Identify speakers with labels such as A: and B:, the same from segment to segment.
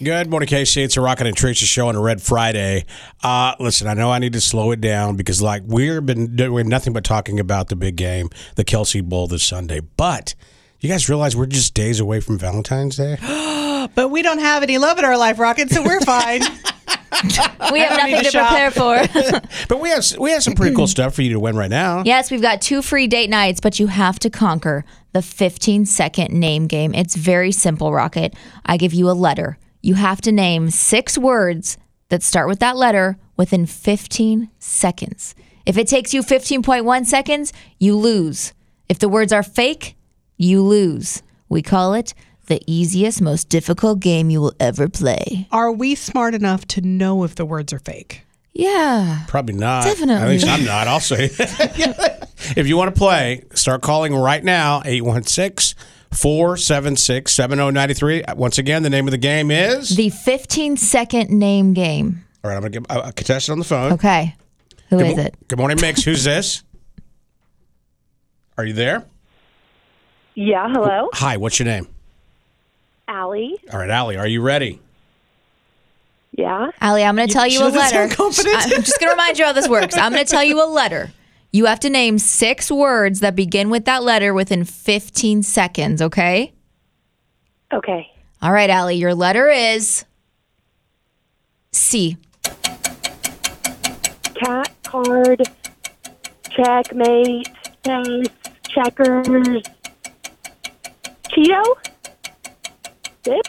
A: Good morning, KC. It's a Rocket and Tracy show on a Red Friday. Uh, listen, I know I need to slow it down because, like, we've been doing nothing but talking about the big game, the Kelsey Bowl this Sunday. But you guys realize we're just days away from Valentine's Day?
B: But we don't have any love in our life, Rocket, so we're fine.
C: We have
B: don't
C: nothing
B: need
C: to
B: to
C: prepare for.
A: but we have we have some pretty cool stuff for you to win right now.
C: yes, we've got two free date nights, but you have to conquer the 15 second name game. It's very simple, Rocket. I give you a letter. You have to name six words that start with that letter within 15 seconds. If it takes you 15.1 seconds, you lose. If the words are fake, you lose. We call it the easiest, most difficult game you will ever play.
B: Are we smart enough to know if the words are fake?
C: Yeah.
A: Probably not.
C: Definitely.
A: At least I'm not. I'll say. if you want to play, start calling right now 816 476 7093. Once again, the name of the game is.
C: The 15 second name game.
A: All right, I'm going to get a a contestant on the phone.
C: Okay. Who
A: Good
C: is
A: mo-
C: it?
A: Good morning, Mix. Who's this? Are you there?
D: Yeah, hello.
A: Hi, what's your name?
D: Allie.
A: All right, Allie, are you ready?
D: Yeah.
C: Allie, I'm going to tell you
B: she
C: a
B: doesn't
C: letter.
B: sound confident.
C: I'm just going to remind you how this works. I'm going to tell you a letter. You have to name six words that begin with that letter within 15 seconds, okay?
D: Okay.
C: All right, Allie, your letter is C.
D: Cat, card, checkmate, chess, checkers, Cheeto, dip,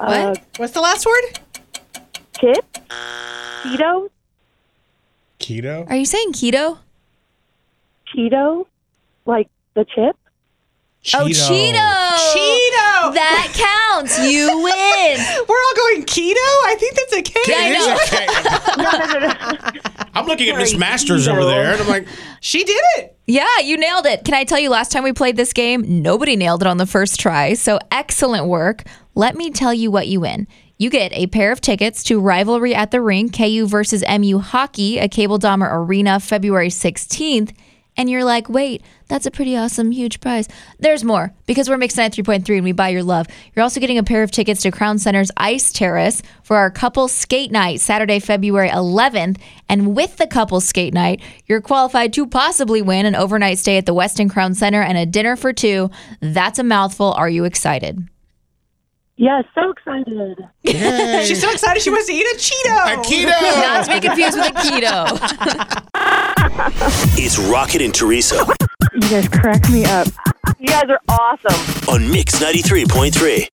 D: uh,
C: What?
B: What's the last word?
D: chip, Cheeto,
A: Keto?
C: Are you saying keto?
D: Cheeto, like the chip.
C: Oh, Cheeto.
B: Keto.
C: Oh, That counts. You win.
B: we're all going keto? I think that's a cake.
C: Yeah,
A: It is
C: I know.
A: okay. I'm looking at Miss Masters over there, and I'm like,
B: She did it.
C: Yeah, you nailed it. Can I tell you, last time we played this game, nobody nailed it on the first try. So excellent work. Let me tell you what you win. You get a pair of tickets to Rivalry at the Rink, KU versus MU Hockey, a Cable Dahmer Arena, February 16th. And you're like, wait, that's a pretty awesome, huge prize. There's more because we're Mix 93.3 and we buy your love. You're also getting a pair of tickets to Crown Center's Ice Terrace for our couple skate night Saturday, February 11th. And with the couple skate night, you're qualified to possibly win an overnight stay at the Weston Crown Center and a dinner for two. That's a mouthful. Are you excited?
D: Yes, so excited.
B: She's so excited she wants to eat a
A: a
B: Cheeto.
A: keto.
C: Not to be confused with a keto.
E: It's Rocket and Teresa
D: You guys crack me up. You guys are awesome.
E: on Mix 93.3.